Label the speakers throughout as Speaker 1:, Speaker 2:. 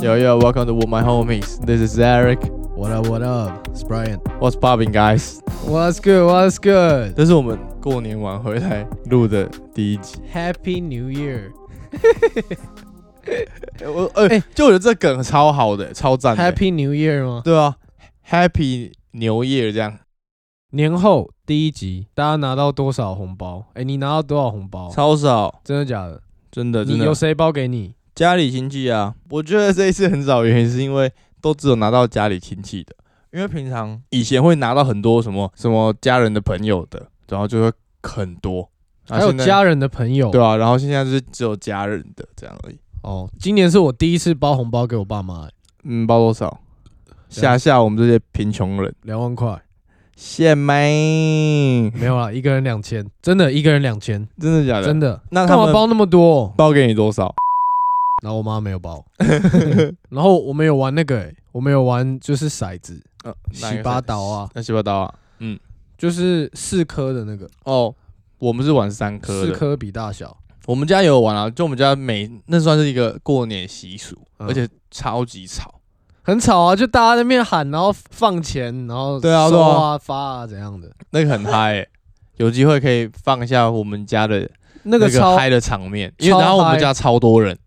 Speaker 1: Yo yo, welcome to With My Homies. This is Eric.
Speaker 2: What up? What up? It's Brian.
Speaker 1: What's popping, guys？
Speaker 2: What's good? What's good?
Speaker 1: 这是我们过年晚回来录的第一集。
Speaker 2: Happy New Year.
Speaker 1: 我哎、
Speaker 2: 哎
Speaker 1: 就我觉得这梗超好的，超赞的。
Speaker 2: Happy New Year 吗？
Speaker 1: 对啊，Happy 牛业这样，
Speaker 2: 年后第一集，大家拿到多少红包？哎，你拿到多少红包？
Speaker 1: 哦超少，
Speaker 2: 真的假的？
Speaker 1: 真的真
Speaker 2: 你有
Speaker 1: 的。
Speaker 2: 谁包给你？
Speaker 1: 家里亲戚啊，我觉得这一次很少，原因是因为都只有拿到家里亲戚的，因为平常以前会拿到很多什么什么家人的朋友的，然后就会很多。啊
Speaker 2: 还有
Speaker 1: 现在
Speaker 2: 家人的朋友。
Speaker 1: 对啊，然后现在就是只有家人的这样而已。
Speaker 2: 哦，今年是我第一次包红包给我爸妈，哎
Speaker 1: 嗯，包多少？
Speaker 2: 对啊
Speaker 1: 吓吓我们这些贫穷人，
Speaker 2: 两万块。
Speaker 1: 谢妹，
Speaker 2: 没有 啦，一个人两千，真的，一个人两千，
Speaker 1: 真的假的？
Speaker 2: 真的。
Speaker 1: 那他
Speaker 2: 干嘛
Speaker 1: 们
Speaker 2: 包那么多？
Speaker 1: 包给你多少？
Speaker 2: 然后我妈没有包， 然后我们有玩那个、哎，我们有玩就是骰子，
Speaker 1: 呃
Speaker 2: 洗八刀？啊，
Speaker 1: 那洗八刀啊？
Speaker 2: 就是四颗的那个，
Speaker 1: 哦，我们是玩三颗
Speaker 2: 四
Speaker 1: 的，
Speaker 2: 颗比大小。
Speaker 1: 我们家也有玩啊，就我们家每那算是一个过年习俗，
Speaker 2: 嗯
Speaker 1: 而且超级吵。
Speaker 2: 很吵啊，就大家在那边喊，然后放钱，然后
Speaker 1: 对啊
Speaker 2: 收
Speaker 1: 对
Speaker 2: 啊发啊怎样的，
Speaker 1: 那个很嗨、欸， 有机会可以放一下我们家的
Speaker 2: 那个超，
Speaker 1: 嗨的场面，因为
Speaker 2: 超
Speaker 1: 然后我们
Speaker 2: 嗨
Speaker 1: 家超多人，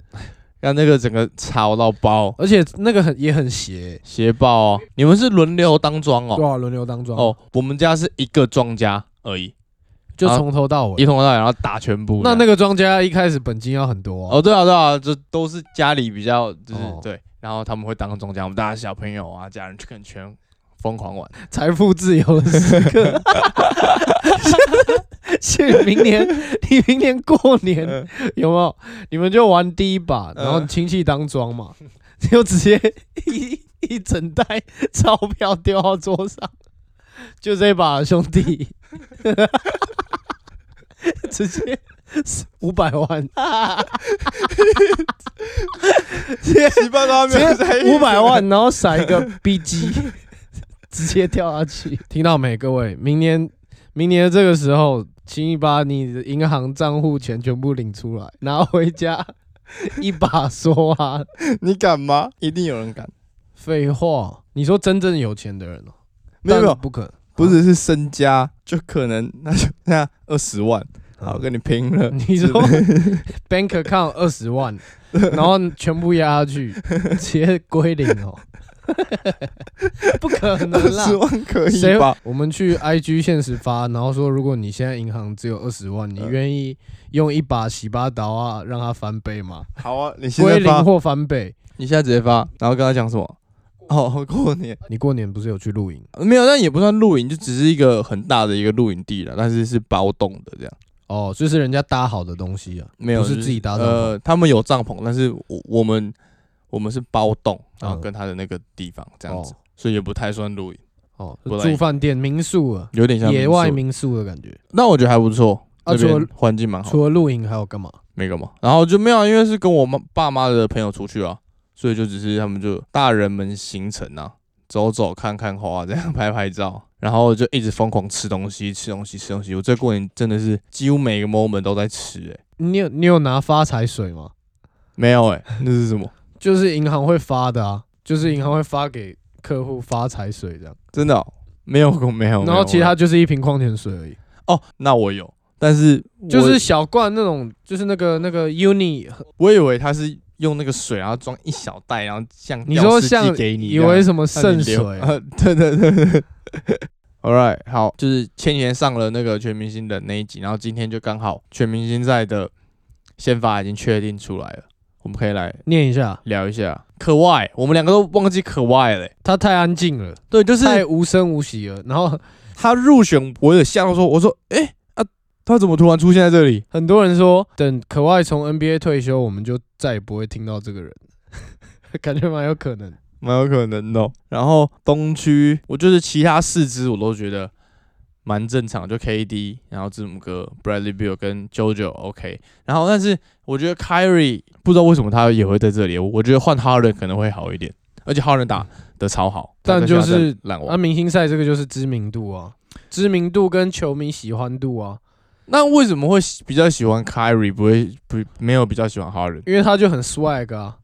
Speaker 1: 让那个整个吵到爆，
Speaker 2: 而且那个很也很邪、
Speaker 1: 斜爆哦。你们是轮流当庄哦？
Speaker 2: 对啊，轮流当庄，
Speaker 1: 哦，我们家是一个庄家而已，
Speaker 2: 就
Speaker 1: 啊
Speaker 2: 从头到尾。
Speaker 1: 一桶到尾，然后打全部这
Speaker 2: 那
Speaker 1: 样。
Speaker 2: 那个庄家一开始本金要很多、啊，
Speaker 1: 哦，对啊，对啊，这都是家里比较就是、
Speaker 2: 哦
Speaker 1: 对，然后他们会当中间，我们大家小朋友啊，家人就可能全疯狂玩。
Speaker 2: 财、富自由的时刻。 是明 年，你明年过年、
Speaker 1: 嗯
Speaker 2: 有没有？你们就玩第一把，
Speaker 1: 嗯
Speaker 2: 然后亲戚当庄嘛，就直接 一一整袋钞票丢到桌上，就这一把兄弟， 直接五百万，
Speaker 1: 七八糟
Speaker 2: 直接五百，万，然后甩一 个 B G，直接掉下去。听到没，各位？明年明年这个时候，请你把你的银行账户钱全部领出来，拿回 家一把梭哈。
Speaker 1: 你敢吗？一定有人敢，
Speaker 2: 废话，你说真正有钱的人哦、
Speaker 1: 没有没有
Speaker 2: 但，不可能，
Speaker 1: 不只是身家，就可能那就那二十万，好 跟你拼了。
Speaker 2: 你 说 bank account 二十万，然后全部压下 去，直接归零 哦，不可
Speaker 1: 二
Speaker 2: 能
Speaker 1: 十
Speaker 2: 啦！
Speaker 1: 万可
Speaker 2: 谁
Speaker 1: 以吧？？
Speaker 2: 我们去 IG 限时发，然后说，如果你现在银行只有二十万，你
Speaker 1: 嗯
Speaker 2: 愿意用一把洗八刀啊，让它翻倍吗？
Speaker 1: 好啊，你现
Speaker 2: 归
Speaker 1: 在
Speaker 2: 零
Speaker 1: 发，
Speaker 2: 或翻倍？
Speaker 1: 你现在直接发，然后跟他讲什么？哦，过年
Speaker 2: 你过年不是有去露营？
Speaker 1: 呃没有，但也不算露营，就只是一个很大的一个露营地了，但是是包栋的这样。
Speaker 2: 哦，就是人家搭好的东西啊，
Speaker 1: 没有，
Speaker 2: 不是
Speaker 1: 就
Speaker 2: 自己搭帐篷
Speaker 1: 呃，他们有帐篷，但是我我们我们是包栋，然后
Speaker 2: 嗯
Speaker 1: 跟他的那个地方这样子，
Speaker 2: 哦
Speaker 1: 所以也不太算露营，
Speaker 2: 哦，
Speaker 1: 不然
Speaker 2: 住饭店、民宿啊，
Speaker 1: 有点像
Speaker 2: 野外
Speaker 1: 民宿。
Speaker 2: 民宿的感觉。
Speaker 1: 那我觉得还不错，
Speaker 2: 啊
Speaker 1: 这
Speaker 2: 除
Speaker 1: 边
Speaker 2: 了
Speaker 1: 环境蛮好，
Speaker 2: 除了露营还有干嘛？
Speaker 1: 没干嘛。然后就没有啊，因为是跟我妈爸妈的朋友出去啊，所以就只是他们就大人们行程啊，走走看看花，这样拍拍照。 然后就一直疯狂吃东西，吃东西，吃东西。我这过年真的是几乎每个 moment 都在吃、欸，
Speaker 2: 你有你有拿发财水吗？
Speaker 1: 没有哎、 那是什么？
Speaker 2: 就是银行会发的啊，就是银行会发给客户发财水这样，
Speaker 1: 真的哦、没有，哦没有。没啊
Speaker 2: 然
Speaker 1: 有
Speaker 2: 后其他就是一瓶矿泉水而已，
Speaker 1: 哦，那我有，但是我
Speaker 2: 就是小罐那种，就是那个那个 uni，
Speaker 1: 我以为他是用那个水，然后装一小袋，然后像
Speaker 2: 你
Speaker 1: 吊
Speaker 2: 说
Speaker 1: 丝机
Speaker 2: 像
Speaker 1: 给你这
Speaker 2: 以
Speaker 1: 样，
Speaker 2: 为什么
Speaker 1: 让你
Speaker 2: 圣水
Speaker 1: 流，啊， 对对对对。All right，好，就是前几天上了那个全明星的那一集，然后今天就刚好全明星赛的先发已经确定出来了，我们可以来
Speaker 2: 念一下，
Speaker 1: 聊一下。可外，我们两个都忘记可外了欸、
Speaker 2: 他太安静了，
Speaker 1: 对，就是
Speaker 2: 太无声无息了，然后
Speaker 1: 他入选，我有吓到说，我说，哎、啊，他怎么突然出现在这里？
Speaker 2: 很多人说，等可外从 NBA 退休，我们就再也不会听到这个人， 感觉蛮有可能。
Speaker 1: 蛮有可能的哦、然后东区，我就是其他四支我都觉得蛮正常，就 KD，然后字母哥、Bradley Beal 跟 JoJo OK。然后但是我觉得 Kyrie 不知道为什么他也会在这里，我觉得换 Harden 可能会好一点。而且浩人打的超好，
Speaker 2: 但
Speaker 1: 他跟
Speaker 2: 就
Speaker 1: 现
Speaker 2: 是
Speaker 1: 在在烂
Speaker 2: 那
Speaker 1: 王。
Speaker 2: 啊明星赛这个就是知名度啊，知名度跟球迷喜欢度啊，
Speaker 1: 那为什么会喜比较喜欢 Kyrie，不会不没有比较喜欢哈人？
Speaker 2: 因为他就很 swag 啊。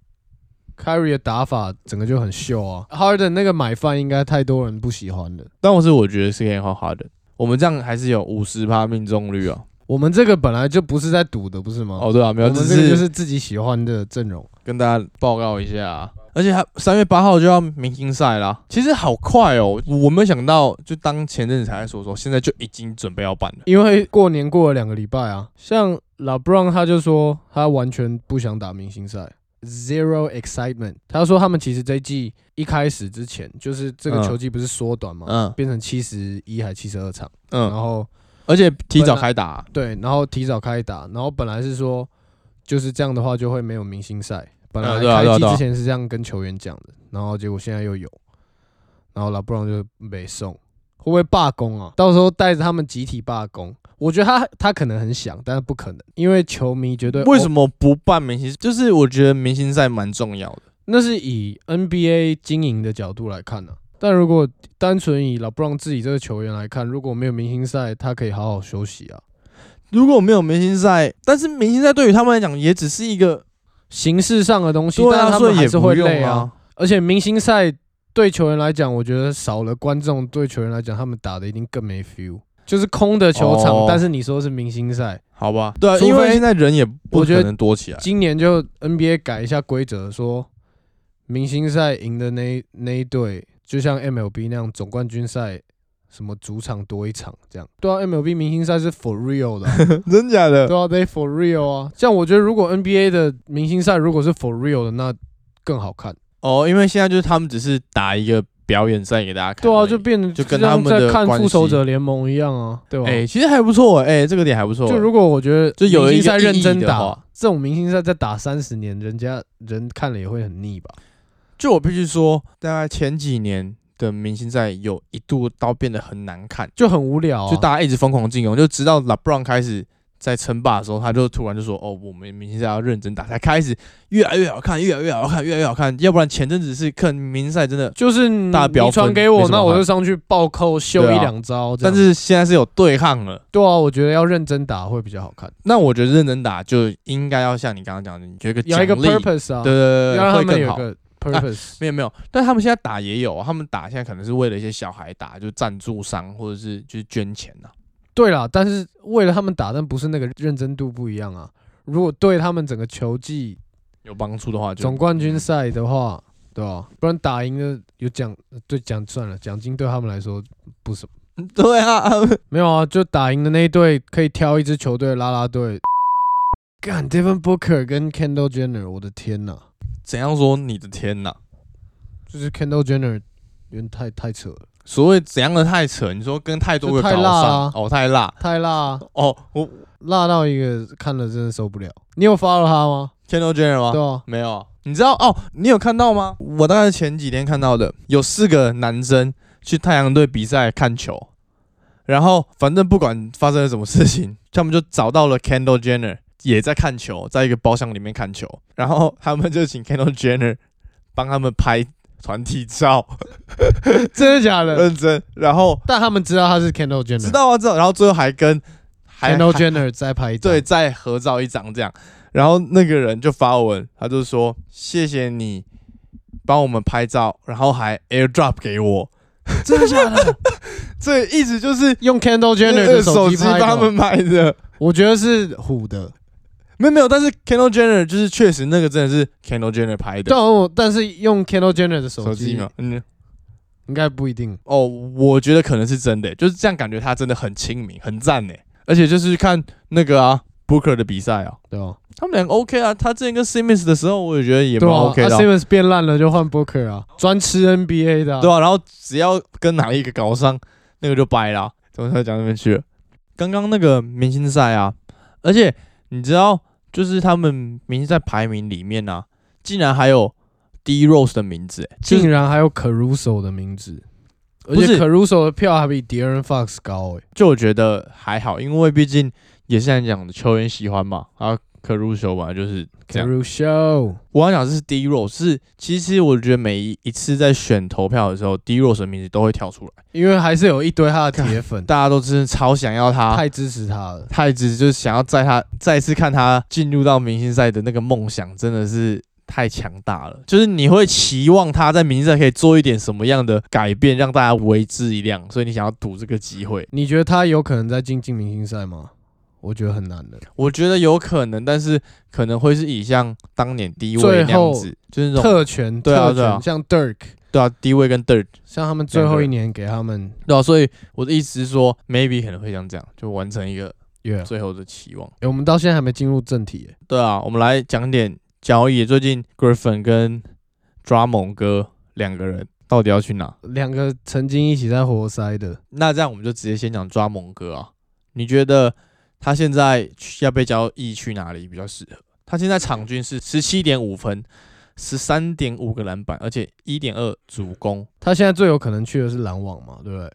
Speaker 2: Kyrie 的打法整个就很秀啊，Harden 那个买饭应该太多人不喜欢了。
Speaker 1: 但我是我觉得是可以靠哈人，我们这样还是有五十趴命中率啊。
Speaker 2: 我们这个本来就不是在赌的，不是吗？
Speaker 1: 哦，对啊，没
Speaker 2: 我
Speaker 1: 有，
Speaker 2: 们
Speaker 1: 只
Speaker 2: 这个就是是自己喜欢的阵容。
Speaker 1: 跟大家报告一下、啊。而且还三月八号就要明星赛啦，其实好快哦！我没有想到，就当前阵子才在说说，现在就已经准备要办了。
Speaker 2: 因为过年过了两个礼拜啊，像 LeBron 他就说他完全不想打明星赛，zero excitement。他说他们其实这一季一开始之前，就是这个
Speaker 1: 嗯
Speaker 2: 球季不是缩短嘛，
Speaker 1: 嗯
Speaker 2: 变成七十一还七十二场，然
Speaker 1: 嗯，
Speaker 2: 后
Speaker 1: 而且提早开打啊、
Speaker 2: 对，然后提早开打，然后本来是说就是这样的话就会没有明星赛，本来
Speaker 1: 嗯对啊
Speaker 2: 开
Speaker 1: 对啊
Speaker 2: 季
Speaker 1: 对啊
Speaker 2: 之前是这样跟球员讲的，然后结果现在又有，然后 LeBron 就没送，会不会罢工啊？到时候带着他们集体罢工，我觉得他他可能很想，但是不可能，因为球迷绝对哦
Speaker 1: 为什么不办明星？就是我觉得明星赛蛮重要的。
Speaker 2: 那是以 NBA 经营的角度来看呢、但如果单纯以 LeBron 自己这个球员来看，如果没有明星赛，他可以好好休息啊。
Speaker 1: 如果没有明星赛，但是明星赛对于他们来讲也只是一个，
Speaker 2: 形式上的东西，
Speaker 1: 对
Speaker 2: 但
Speaker 1: 啊，
Speaker 2: 是他
Speaker 1: 所
Speaker 2: 们
Speaker 1: 以
Speaker 2: 还
Speaker 1: 也
Speaker 2: 是
Speaker 1: 不
Speaker 2: 会
Speaker 1: 用
Speaker 2: 累啊。。而且明星赛对球员来讲，我觉得少了观众，对球员来讲，他们打的一定更没 feel。就是空的球场，
Speaker 1: 哦
Speaker 2: 但是你说是明星赛，
Speaker 1: 好吧，对啊，
Speaker 2: 除非
Speaker 1: 因为现在人也不
Speaker 2: 我觉得
Speaker 1: 可能多起来。
Speaker 2: 今年就 NBA 改一下规则，说明星赛赢的那一那一队，就像 MLB 那样总冠军赛，什么主场多一场这样。对啊，MLB 明星赛是 for real 的啊、
Speaker 1: 真假的？
Speaker 2: 对啊，they for real 啊。像我觉得如果 NBA 的明星赛如果是 for real 的，那更好看。
Speaker 1: 哦，因为现在就是他们只是打一个表演赛给大家看而
Speaker 2: 对
Speaker 1: 已。
Speaker 2: 啊，就变成
Speaker 1: 就跟
Speaker 2: 像
Speaker 1: 他们的
Speaker 2: 在看
Speaker 1: 关
Speaker 2: 《
Speaker 1: 系
Speaker 2: 复仇者联盟》一样啊，对吧？
Speaker 1: 哎、其实还不错，哎、这个点还不错。
Speaker 2: 就如果我觉得
Speaker 1: 就有一
Speaker 2: 明星
Speaker 1: 个
Speaker 2: 赛认真
Speaker 1: 意义的
Speaker 2: 打
Speaker 1: 话，
Speaker 2: 这种明星赛再打三十年，人家人看了也会很腻吧？
Speaker 1: 就我必须说，大概前几年的明星赛有一度到变得很难看，
Speaker 2: 就很无聊、啊。
Speaker 1: 就大家一直疯狂进攻，就直到 LeBron 开始在称霸的时候，他就突然就说：“哦，我们明星赛要认真打，才开始越来越好看，越来越好看，越来越好看。要不然前阵子是看明星赛真的，
Speaker 2: 就是
Speaker 1: 大
Speaker 2: 你
Speaker 1: 飙
Speaker 2: 你
Speaker 1: 分
Speaker 2: 传给我
Speaker 1: 没，什么
Speaker 2: 那
Speaker 1: 好
Speaker 2: 我
Speaker 1: 看
Speaker 2: 就上去暴扣秀
Speaker 1: 对
Speaker 2: 一
Speaker 1: 啊
Speaker 2: 两招这
Speaker 1: 但
Speaker 2: 样。
Speaker 1: 是现在是有对抗了。
Speaker 2: 对啊，我觉得要认真打会比较好看，
Speaker 1: 那我觉得认真打就应该要像你刚刚讲的，你有一个奖
Speaker 2: 有
Speaker 1: 励，
Speaker 2: 一个 purpose 啊，
Speaker 1: 对对对对，
Speaker 2: 要让他
Speaker 1: 会
Speaker 2: 们
Speaker 1: 更
Speaker 2: 有
Speaker 1: 好。
Speaker 2: 个 purpose。
Speaker 1: 没有没有，但他们现在打也有啊，他们打现在可能是为了一些小孩打，就赞助商或者是就是捐钱啊呐、
Speaker 2: 对啦，但是为了他们打，但不是那个认真度不一样啊。如果对他们整个球技
Speaker 1: 有帮助的话就
Speaker 2: 总冠军赛的话，对吧、不然打赢了有奖，呃对奖算了，奖金对他们来说不是
Speaker 1: 对啊，
Speaker 2: 没有啊。就打赢的那一队可以挑一支球队拉拉队。 干 Devin Booker 跟 Kendall Jenner，我的天呐，
Speaker 1: 怎样说你的天呐、
Speaker 2: 就是 Kendall Jenner 有点太太 扯了，
Speaker 1: 所谓怎样的太扯？你说跟太多个
Speaker 2: 就
Speaker 1: 高
Speaker 2: 太
Speaker 1: 上、
Speaker 2: 辣啊
Speaker 1: 哦，太辣
Speaker 2: 太辣啊、
Speaker 1: 哦，我
Speaker 2: 辣到一个看了真的受不了。你有 follow 他吗？
Speaker 1: Kendall Jenner 吗？
Speaker 2: 对啊，
Speaker 1: 没有啊，你知道哦？你有看到吗？我大概是前几天看到的，有四个男生去太阳队比赛看球，然后反正不管发生了什么事情， 他们就找到了 Kendall Jenner 也在看球，在一个包厢里面看球，然后他们就请 Kendall Jenner 帮他们拍团体照，
Speaker 2: 真的假的？
Speaker 1: 认真，然后
Speaker 2: 但他们知道他是 Kendall Jenner，
Speaker 1: 呃知道啊知道，然后最后还跟还
Speaker 2: Kendall
Speaker 1: 还
Speaker 2: Jenner 在拍一张
Speaker 1: 对，再合照一张这样。然后那个人就发文，他就说：“谢谢你帮我们拍照，然后还 AirDrop 给我。
Speaker 2: 真的假的？”
Speaker 1: 这意思就是
Speaker 2: 用
Speaker 1: 那
Speaker 2: Kendall Jenner
Speaker 1: 个
Speaker 2: 的
Speaker 1: 呃手
Speaker 2: 手
Speaker 1: 机
Speaker 2: 机
Speaker 1: 帮
Speaker 2: 拍
Speaker 1: 他
Speaker 2: 的，
Speaker 1: 们拍的，
Speaker 2: 我觉得是唬的。
Speaker 1: 没有没有，但是 Kendall Jenner 就是确实那个真的是 Kendall Jenner 拍的
Speaker 2: 但我但是用 Kendall Jenner 的啊手
Speaker 1: 手机
Speaker 2: 机
Speaker 1: 嘛，嗯，
Speaker 2: 应该不一定。
Speaker 1: 哦，我觉得可能是真的、就是这样，感觉他真的很亲民，很赞呢、而且就是看那个啊 Booker 的比赛啊，
Speaker 2: 对吧？
Speaker 1: 他们两个 OK 啊，他之前跟 Simmons 的时候，我也觉得也
Speaker 2: 对
Speaker 1: 蛮
Speaker 2: 啊
Speaker 1: OK 的啊、
Speaker 2: s i m o n s 变烂了就换 Booker 啊，专吃 NBA 的、啊。
Speaker 1: 对啊，然后只要跟哪一个搞上，那个就掰啦。怎么才讲那边去了？刚刚那个明星赛啊，而且你知道，就是他们明星赛排名里面啊，竟然还有 D Rose 的名字、欸，就是
Speaker 2: 竟然还有 Caruso 的名字，而
Speaker 1: 不
Speaker 2: 且
Speaker 1: 是
Speaker 2: Caruso 的票还比 De'Aaron Fox 高诶、欸
Speaker 1: 就我觉得还好，因为毕竟也是像你讲的球员喜欢嘛，啊，可入修吧，就是这样。
Speaker 2: Carew Show，
Speaker 1: 我要讲这是 D Rose，是其实我觉得每一次在选投票的时候，D Rose 的名字都会跳出来，
Speaker 2: 因为还是有一堆他的 铁粉，
Speaker 1: 大家都真的超想要他，
Speaker 2: 太支持他了。
Speaker 1: 太子就是想要在他再次看他进入到明星赛的那个梦想，真的是太强大了。就是你会期望他在明星赛可以做一点什么样的改变，让大家为之一亮，所以你想要赌这个机会。
Speaker 2: 你觉得他有可能在进进明星赛吗？我觉得很难的。
Speaker 1: 我觉得有可能，但是可能会是以像当年低位
Speaker 2: 最
Speaker 1: 那样
Speaker 2: 后
Speaker 1: 子，就是那种
Speaker 2: 特权，
Speaker 1: 对啊
Speaker 2: 特权
Speaker 1: 对啊
Speaker 2: 像 Dirk，
Speaker 1: 对啊，低位跟 dirt
Speaker 2: 像他们最后一年给他们
Speaker 1: 对啊，所以我的意思是说，maybe 可能会像这样，就完成一个
Speaker 2: Yeah，欸
Speaker 1: 最后的期望。
Speaker 2: 诶我们到现在还没进入正题欸耶。
Speaker 1: 对啊，我们来讲点交易。最近 Griffin 跟 Drummond 哥两个人到底要去哪？
Speaker 2: 两个曾经一起在活塞的，
Speaker 1: 那这样我们就直接先讲 Drummond 哥啊。你觉得他现在去要被交易去哪里比较适合？他现在场均是十七点五分，十三点五个篮板，而且一点二助攻。
Speaker 2: 他现在最有可能去的是篮网嘛，对不对？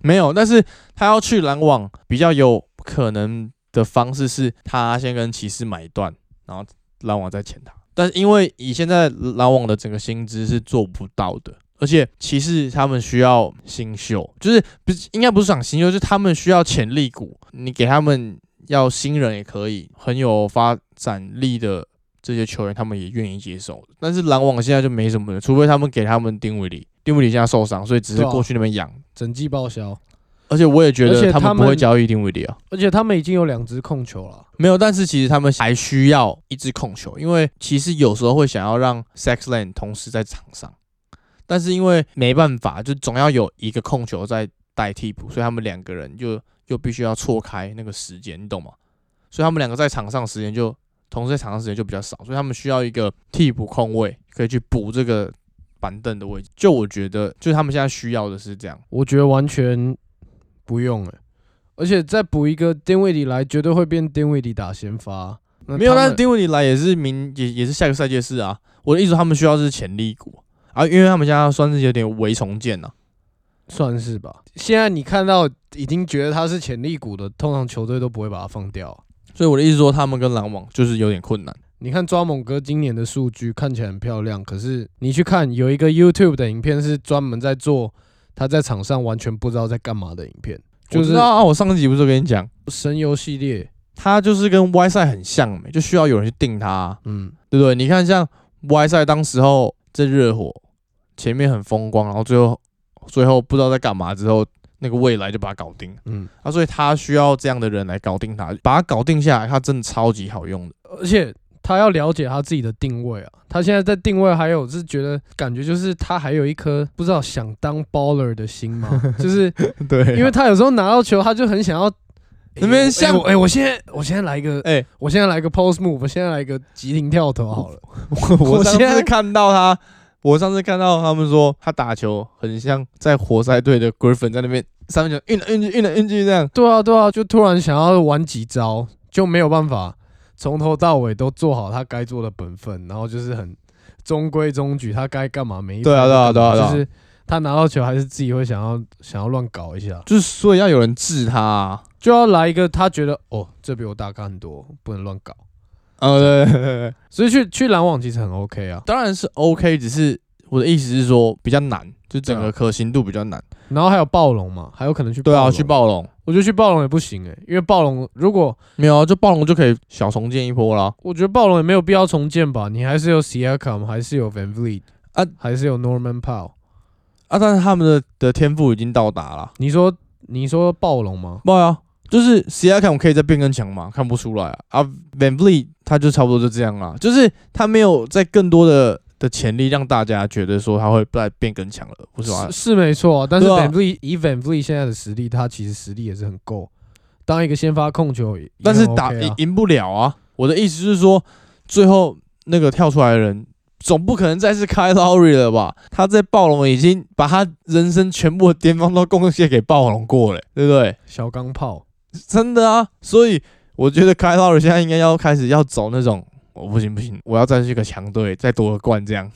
Speaker 1: 没有，但是他要去篮网比较有可能的方式是他先跟骑士买断，然后篮网再签他。但是因为以现在篮网的整个薪资是做不到的，而且骑士他们需要新秀，就是不是应该不是讲新秀，就是他们需要潜力股，你给他们要新人也可以，很有发展力的。这些球员他们也愿意接受，但是篮网现在就没什么人，除非他们给他们丁威里，丁威里现在受伤，所以只是
Speaker 2: 对啊
Speaker 1: 过去那边养，
Speaker 2: 整季报销，
Speaker 1: 而且我也觉
Speaker 2: 而
Speaker 1: 得
Speaker 2: 且
Speaker 1: 他
Speaker 2: 他
Speaker 1: 们
Speaker 2: 们
Speaker 1: 不会交易定位迪啊，
Speaker 2: 而且他们已经有两支控球了。
Speaker 1: 没有。但是其实他们还需要一支控球，因为其实有时候会想要让 Sex Lane 同时在场上，但是因为没办法，就总要有一个控球在带替补，所以他们两个人就又必须要错开那个时间，你懂吗？所以他们两个在场上时间就同时在场上时间就比较少，所以他们需要一个替补控位可以去补这个板凳的位置。就我觉得，就是他们现在需要的是这样。
Speaker 2: 我觉得完全不用哎、而且再补一个丁位里来，绝对会变丁位里打先发。那
Speaker 1: 没有，
Speaker 2: 他
Speaker 1: 但
Speaker 2: 们
Speaker 1: 是丁威迪来也是明也也是下个赛季的事啊。我的意思，他们需要是潜力股啊，因为他们现在算是有点微重建了、啊。
Speaker 2: 算是吧。现在你看到已经觉得他是潜力股的，通常球队都不会把他放掉。
Speaker 1: 所以我的意思说，他们跟篮网就是有点困难。
Speaker 2: 你看抓猛哥今年的数据看起来很漂亮，可是你去看有一个 YouTube 的影片是专门在做他在场上完全不知道在干嘛的影片，
Speaker 1: 就
Speaker 2: 就是是
Speaker 1: 啊，我上集不是跟你讲，
Speaker 2: 神游系列。
Speaker 1: 他就是跟 Y 赛很像、欸，就需要有人去定他、啊，
Speaker 2: 嗯，
Speaker 1: 对不对？你看像 Y 赛当时候在热火前面很风光，然后最后最后不知道在干嘛之后，那个未来就把他搞定了
Speaker 2: 嗯，
Speaker 1: 啊，所以他需要这样的人来搞定他，把他搞定下来，他真的超级好用的。
Speaker 2: 而且他要了解他自己的定位啊。他现在在定位，还有是觉得感觉就是他还有一颗不知道想当 baller 的 心嘛，就是
Speaker 1: 对啊
Speaker 2: 因为他有时候拿到球，他就很想要。
Speaker 1: 那边
Speaker 2: 哎我
Speaker 1: 像
Speaker 2: 哎我哎，我现在我现在来一个，
Speaker 1: 哎、
Speaker 2: 我现在来一个 post move，我现在来一个急停跳投好了。
Speaker 1: 我
Speaker 2: 我
Speaker 1: 上
Speaker 2: 现
Speaker 1: 次
Speaker 2: 在
Speaker 1: 看到他，我上次看到他们说他打球很像在活塞队的 Griffin 在那边三分球运来运去运来运去这样。
Speaker 2: 对啊，对啊，就突然想要玩几招，就没有办法从头到尾都做好他该做的本分，然后就是很中规中矩，他该干嘛没
Speaker 1: 对啊对啊对啊对啊
Speaker 2: 就是他拿到球还是自己会想要想要乱搞一下，
Speaker 1: 就是所以要有人治他、啊，
Speaker 2: 就要来一个他觉得哦这比我大咖很多，不能乱搞，
Speaker 1: 呃，对对对对
Speaker 2: 所以去去篮网其实很 OK 啊，
Speaker 1: 当然是 OK，只是我的意思是说比较难，就整
Speaker 2: 对
Speaker 1: 个
Speaker 2: 啊
Speaker 1: 可行度比较难。
Speaker 2: 然后还有暴龙嘛，还有可能去
Speaker 1: 对啊，
Speaker 2: 龙
Speaker 1: 去，暴龙
Speaker 2: 我觉得去暴龙也不行诶、欸因为暴龙如果
Speaker 1: 没有啊，就暴龙就可以小重建一波啦。
Speaker 2: 我觉得暴龙也没有必要重建吧，你还是有 Siakam，还是有 Van Vliet
Speaker 1: 啊
Speaker 2: 还是有 Norman Powell。
Speaker 1: 啊，但是他们的的天赋已经到达了。
Speaker 2: 你说你说暴龙吗？
Speaker 1: 对啊，就是 C I 看我可以再变更强嘛，看不出来啊。啊 Van v l e e 他就差不多就这样啦，就是他没有在更多的的潜力让大家觉得说他会再变更强了，不是吗
Speaker 2: 是？是没错啊，但是
Speaker 1: 对啊
Speaker 2: Van Vliet 以 Van Vliet 现在的实力，他其实实力也是很够，当一个先发控球也，也
Speaker 1: 但是
Speaker 2: 很
Speaker 1: 打
Speaker 2: OK
Speaker 1: 赢
Speaker 2: 啊
Speaker 1: 赢、不了啊。我的意思是说，最后那个跳出来的人。总不可能再是 Kyle Lowry 了吧？他在暴龙已经把他人生全部的巅峰都贡献给暴龙过了、对不对？
Speaker 2: 小钢炮，
Speaker 1: 真的啊，所以我觉得开到了现在应该要开始要走那种，我、不行不行，我要再去个强队，再夺个冠这样。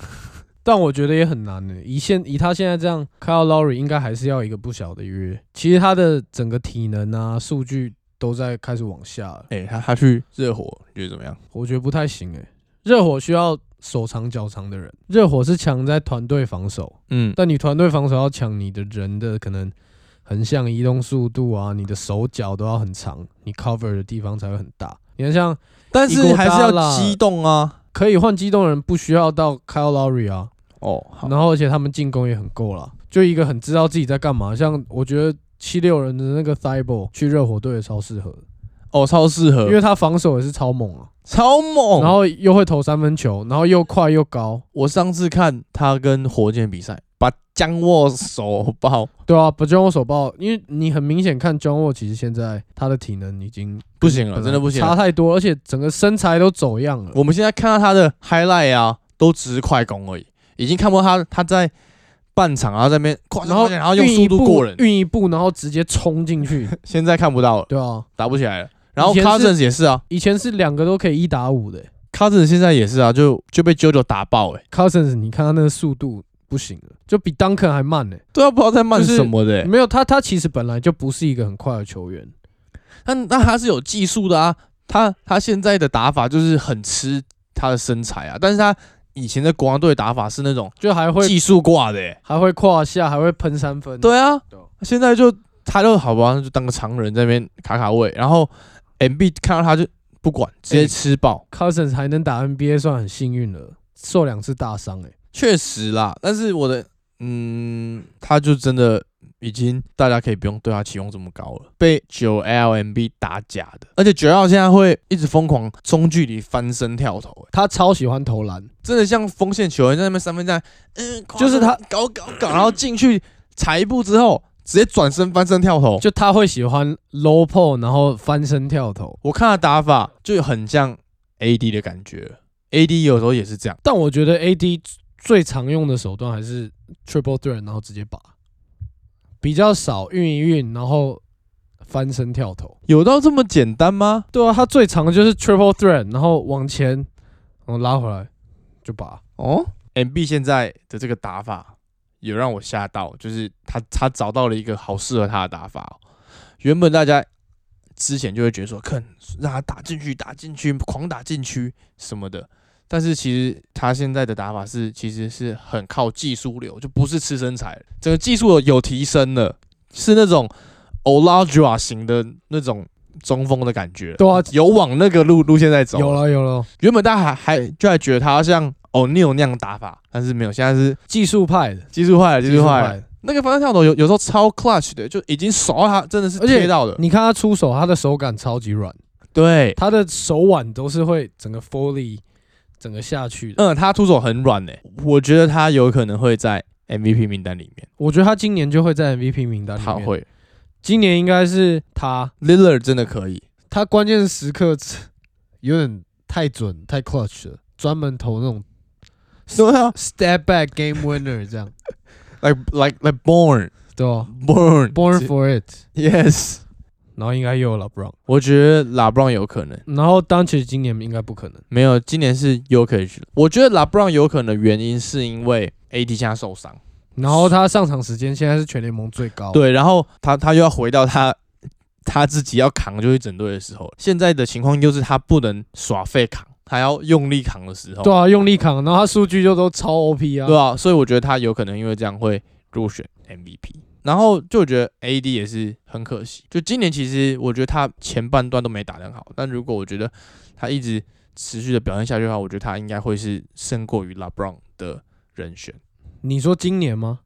Speaker 2: 但我觉得也很难呢、欸以现以他现在这样，Kyle Lowry 应该还是要一个不小的约。其实他的整个体能啊、数据都在开始往下了，
Speaker 1: 哎、他他去热火，你觉得怎么样？
Speaker 2: 我觉得不太行诶、欸热火需要手长脚长的人，热火是强在团队防守，
Speaker 1: 嗯，
Speaker 2: 但你团队防守要抢你的人的可能横向移动速度啊，你的手脚都要很长，你 cover 的地方才会很大。你看像
Speaker 1: 但
Speaker 2: 伊
Speaker 1: 是
Speaker 2: 戈
Speaker 1: 还是
Speaker 2: 达
Speaker 1: 要
Speaker 2: 拉
Speaker 1: 激动啊。
Speaker 2: 可以换机动的人，不需要到 Kyle Lowry 啊，
Speaker 1: 哦，好，
Speaker 2: 然后而且他们进攻也很够了，就一个很知道自己在干嘛。像我觉得七六人的那个 t h i b a l 去热火队也超适合的，
Speaker 1: 哦，超适合，
Speaker 2: 因为他防守也是超猛啊，
Speaker 1: 超猛。
Speaker 2: 然后又会投三分球，然后又快又高，
Speaker 1: 我上次看他跟火箭比赛，把僵握手爆，
Speaker 2: 对啊，把 John Wall 手爆，因为你很明显看 John Wall 其实现在他的体能已经
Speaker 1: 不行了，啊真的不行了
Speaker 2: 差太多，而且整个身材都走样了。
Speaker 1: 我们现在看到他的 highlight 啊，都只是快攻而已，已经看不到他他在半场然后在那边快
Speaker 2: 然后
Speaker 1: 然后用速度过人，
Speaker 2: 运一步，然后直接冲进 去，
Speaker 1: 现在看不到了，
Speaker 2: 对啊，
Speaker 1: 打不起来了。然后
Speaker 2: 以前是
Speaker 1: Cousins 也是啊
Speaker 2: 以前是两个都可以一打五的、
Speaker 1: ，Cousins 现在也是啊，就就被 JoJo 打爆哎、
Speaker 2: Cousins，你看他那个速度不行了，就比 Duncan 还慢呢、
Speaker 1: 对啊，不知道在慢
Speaker 2: 就是
Speaker 1: 什么的、欸。
Speaker 2: 没有他，他其实本来就不是一个很快的球员，
Speaker 1: 那那他是有技术的啊，他他现在的打法就是很吃他的身材啊，但是他以前的国王队的打法是那种
Speaker 2: 就还会
Speaker 1: 技术挂的、欸，
Speaker 2: 还会胯下，还会喷三分。
Speaker 1: 对啊
Speaker 2: 对啊，
Speaker 1: 现在就他就好吧，就当个常人在那边卡卡位，然后 M B 看到他就不管，直接吃爆。
Speaker 2: ，Cousins 还能打 NBA 算很幸运了，受两次大伤哎、
Speaker 1: 确、实啦，但是我的嗯，他就真的已经大家可以不用对他期望这么高了，被九 L M B 打假的，而且九 L 现在会一直疯狂中距离翻身跳投、欸
Speaker 2: 他超喜欢投篮，
Speaker 1: 真的像锋线球员在那边三分站，嗯，
Speaker 2: 就是他
Speaker 1: 搞搞搞，然后进去踩一步之后，直接转身翻身跳投，
Speaker 2: 就他会喜欢 low pull，然后翻身跳投。
Speaker 1: 我看他打法就很像 AD 的感觉，AD 有时候也是这样，
Speaker 2: 但我觉得 AD 最常用的手段还是 triple threat，然后直接把，比较少运一运，然后翻身跳投。
Speaker 1: 有到这么简单吗？
Speaker 2: 对啊，他最长的就是 triple threat，然后往前，然后拉回来就把。
Speaker 1: 哦，MB 现在的这个打法有让我吓到，就是他他找到了一个好适合他的打法、哦。原本大家之前就会觉得说，看让他打进去，打进去，狂打禁区什么的。但是其实他现在的打法是，其实是很靠技术流，就不是吃身材，整个技术有有提升了，是那种 Olajuwon 型的那种中锋的感觉，
Speaker 2: 对啊，
Speaker 1: 有往那个路路线在走。
Speaker 2: 有了有了，
Speaker 1: 原本大家还还就还觉得他像 O'Neal 那样打法，但是没有，现在是
Speaker 2: 技术派的，
Speaker 1: 技术坏了，技术坏了。
Speaker 2: 的。
Speaker 1: 那个翻身跳投有有时候超 clutch 的，就已经手到他真的是
Speaker 2: 而且
Speaker 1: 贴到的。
Speaker 2: 你看他出手，他的手感超级软，
Speaker 1: 对，
Speaker 2: 他的手腕都是会整个 fully 整个下去的。
Speaker 1: 嗯，他出手很软欸诶、我觉得他有可能会在 MVP 名单里面，
Speaker 2: 我觉得他今年就会在 MVP 名单里
Speaker 1: 他
Speaker 2: 面。，
Speaker 1: 会
Speaker 2: 今年应该是他。
Speaker 1: Lillard 真的可以，
Speaker 2: 他关键时刻有点太准太 clutch 了，专门投那种
Speaker 1: 对啊
Speaker 2: step back game winner 这样，
Speaker 1: ，like like like born
Speaker 2: 对 吧
Speaker 1: born
Speaker 2: ？Born for it，
Speaker 1: yes，
Speaker 2: 然后应该又有 LeBron，
Speaker 1: 我觉得 LeBron 有可能。
Speaker 2: 然后 d u n c 今年应该不可能，
Speaker 1: 没有，今年是 u k 我觉得 LeBron 有可能的原因是因为 AD 现在受伤，
Speaker 2: 然后他上场时间现在是全联盟最高，，
Speaker 1: 对，然后他他又要回到他他自己要扛就一整队的时候，现在的情况就是他不能耍废扛，他要用力扛的时候，
Speaker 2: 对啊，用力扛，然后他数据就都超 OP 啊，
Speaker 1: 对啊，所以我觉得他有可能因为这样会入选 MVP。然后就我觉得 AD 也是很可惜，就今年其实我觉得他前半段都没打得很好，但如果我觉得他一直持续的表现下去的话，我觉得他应该会是胜过于 LeBron 的人选。
Speaker 2: 你说今年吗？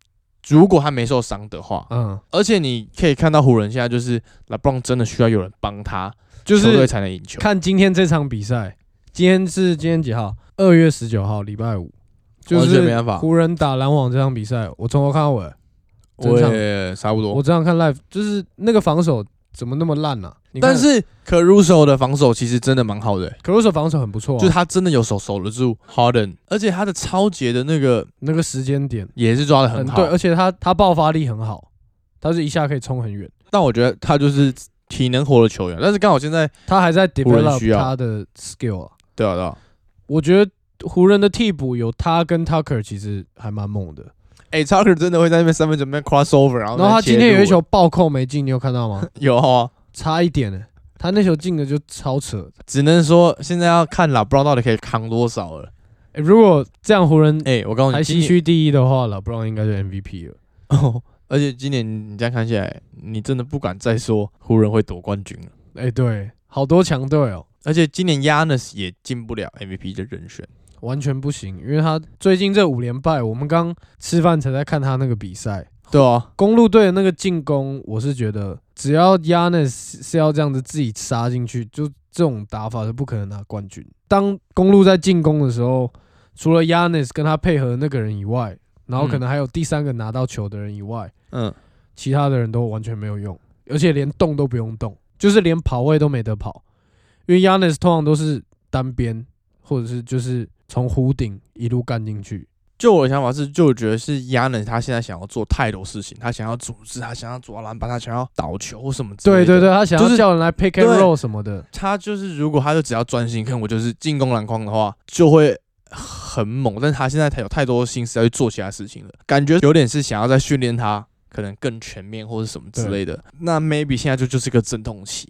Speaker 1: 如果他没受伤的话，
Speaker 2: 嗯，
Speaker 1: 而且你可以看到湖人现在就是 LeBron 真的需要有人帮他，
Speaker 2: 就
Speaker 1: 球队
Speaker 2: 是
Speaker 1: 才能赢球。
Speaker 2: 看今天这场比赛，今天是今天几号？二月十九号，礼拜五，就
Speaker 1: 完全
Speaker 2: 是
Speaker 1: 没办法
Speaker 2: 湖人打篮网这场比赛，我从头看到尾。
Speaker 1: 我
Speaker 2: 整场
Speaker 1: 也差不
Speaker 2: 我
Speaker 1: 多。
Speaker 2: 这样看 live，就是那个防守怎么那么烂呢、啊？你看
Speaker 1: 但是 Caruso 的防守其实真的蛮好的、欸
Speaker 2: Caruso 防守很不错、啊，
Speaker 1: 就
Speaker 2: 就是是
Speaker 1: 他真的有守守得住 Harden，而且他的超节的那个
Speaker 2: 那个时间点嗯
Speaker 1: 也是抓的很好
Speaker 2: 对，。而且他他爆发力很好，他是一下可以冲很远，
Speaker 1: 但我觉得他就是体能活的球员，但是刚好现在
Speaker 2: 他还在
Speaker 1: 人需
Speaker 2: develop
Speaker 1: 要
Speaker 2: 他的 skill 啊。
Speaker 1: 对啊对啊，
Speaker 2: 我觉得湖人的替补有他跟 Tucker 其实还蛮猛的，
Speaker 1: 哎、t u c k e r 真的会在那边三分球那边 crossover，然后
Speaker 2: 然后他
Speaker 1: 再切
Speaker 2: 今天有一
Speaker 1: 入 ？
Speaker 2: 球暴扣没进，你有看到吗
Speaker 1: 有哦，
Speaker 2: 差一点呢、欸他那球进的就超扯的。
Speaker 1: 只能说现在要看老布朗到底可以扛多少了。
Speaker 2: 诶如果这样湖人
Speaker 1: 哎、我告诉
Speaker 2: 还
Speaker 1: 你，
Speaker 2: 西
Speaker 1: 今
Speaker 2: 区第一的话，老布朗应该是 MVP 了。
Speaker 1: 哦， 而且今年你这样看下来，你真的不敢再说湖人会夺冠军了。
Speaker 2: 哎、对，好多强队哦，
Speaker 1: 而且今年 Yanis 也进不了 MVP 的人选。
Speaker 2: 完全不行，因为他最近这五连败，我们刚吃饭才在看他那个比赛，
Speaker 1: 对啊，
Speaker 2: 公路队的那个进攻，我是觉得只要 Yanis 是要这样子自己杀进去，就这种打法是不可能拿冠军。当公路在进攻的时候，除了 Yanis 跟他配合的那个人以外，然后可能还有第三个拿到球的人以外，
Speaker 1: 嗯，
Speaker 2: 其他的人都完全没有用，而且连动都不用动，就是连跑位都没得跑，因为 Yanis 通常都是单边，或者是就是从弧顶一路干进去。
Speaker 1: 就我的想法是，就我觉得是 Yanis 他现在想要做太多事情，他想要组织，他想要抓篮板，他想要倒球什么之类的。
Speaker 2: 对对对，他想
Speaker 1: 就
Speaker 2: 要
Speaker 1: 是
Speaker 2: 叫人来 pick
Speaker 1: 对
Speaker 2: and roll 什么的，
Speaker 1: 他就是如果他就只要专心看我就是进攻篮筐的话，就会很猛。但是他现在他有太多心思要去做其他事情了，感觉有点是想要再训练他，可能更全面或者什么之类的。嗯那 maybe 现在就就是个阵痛期，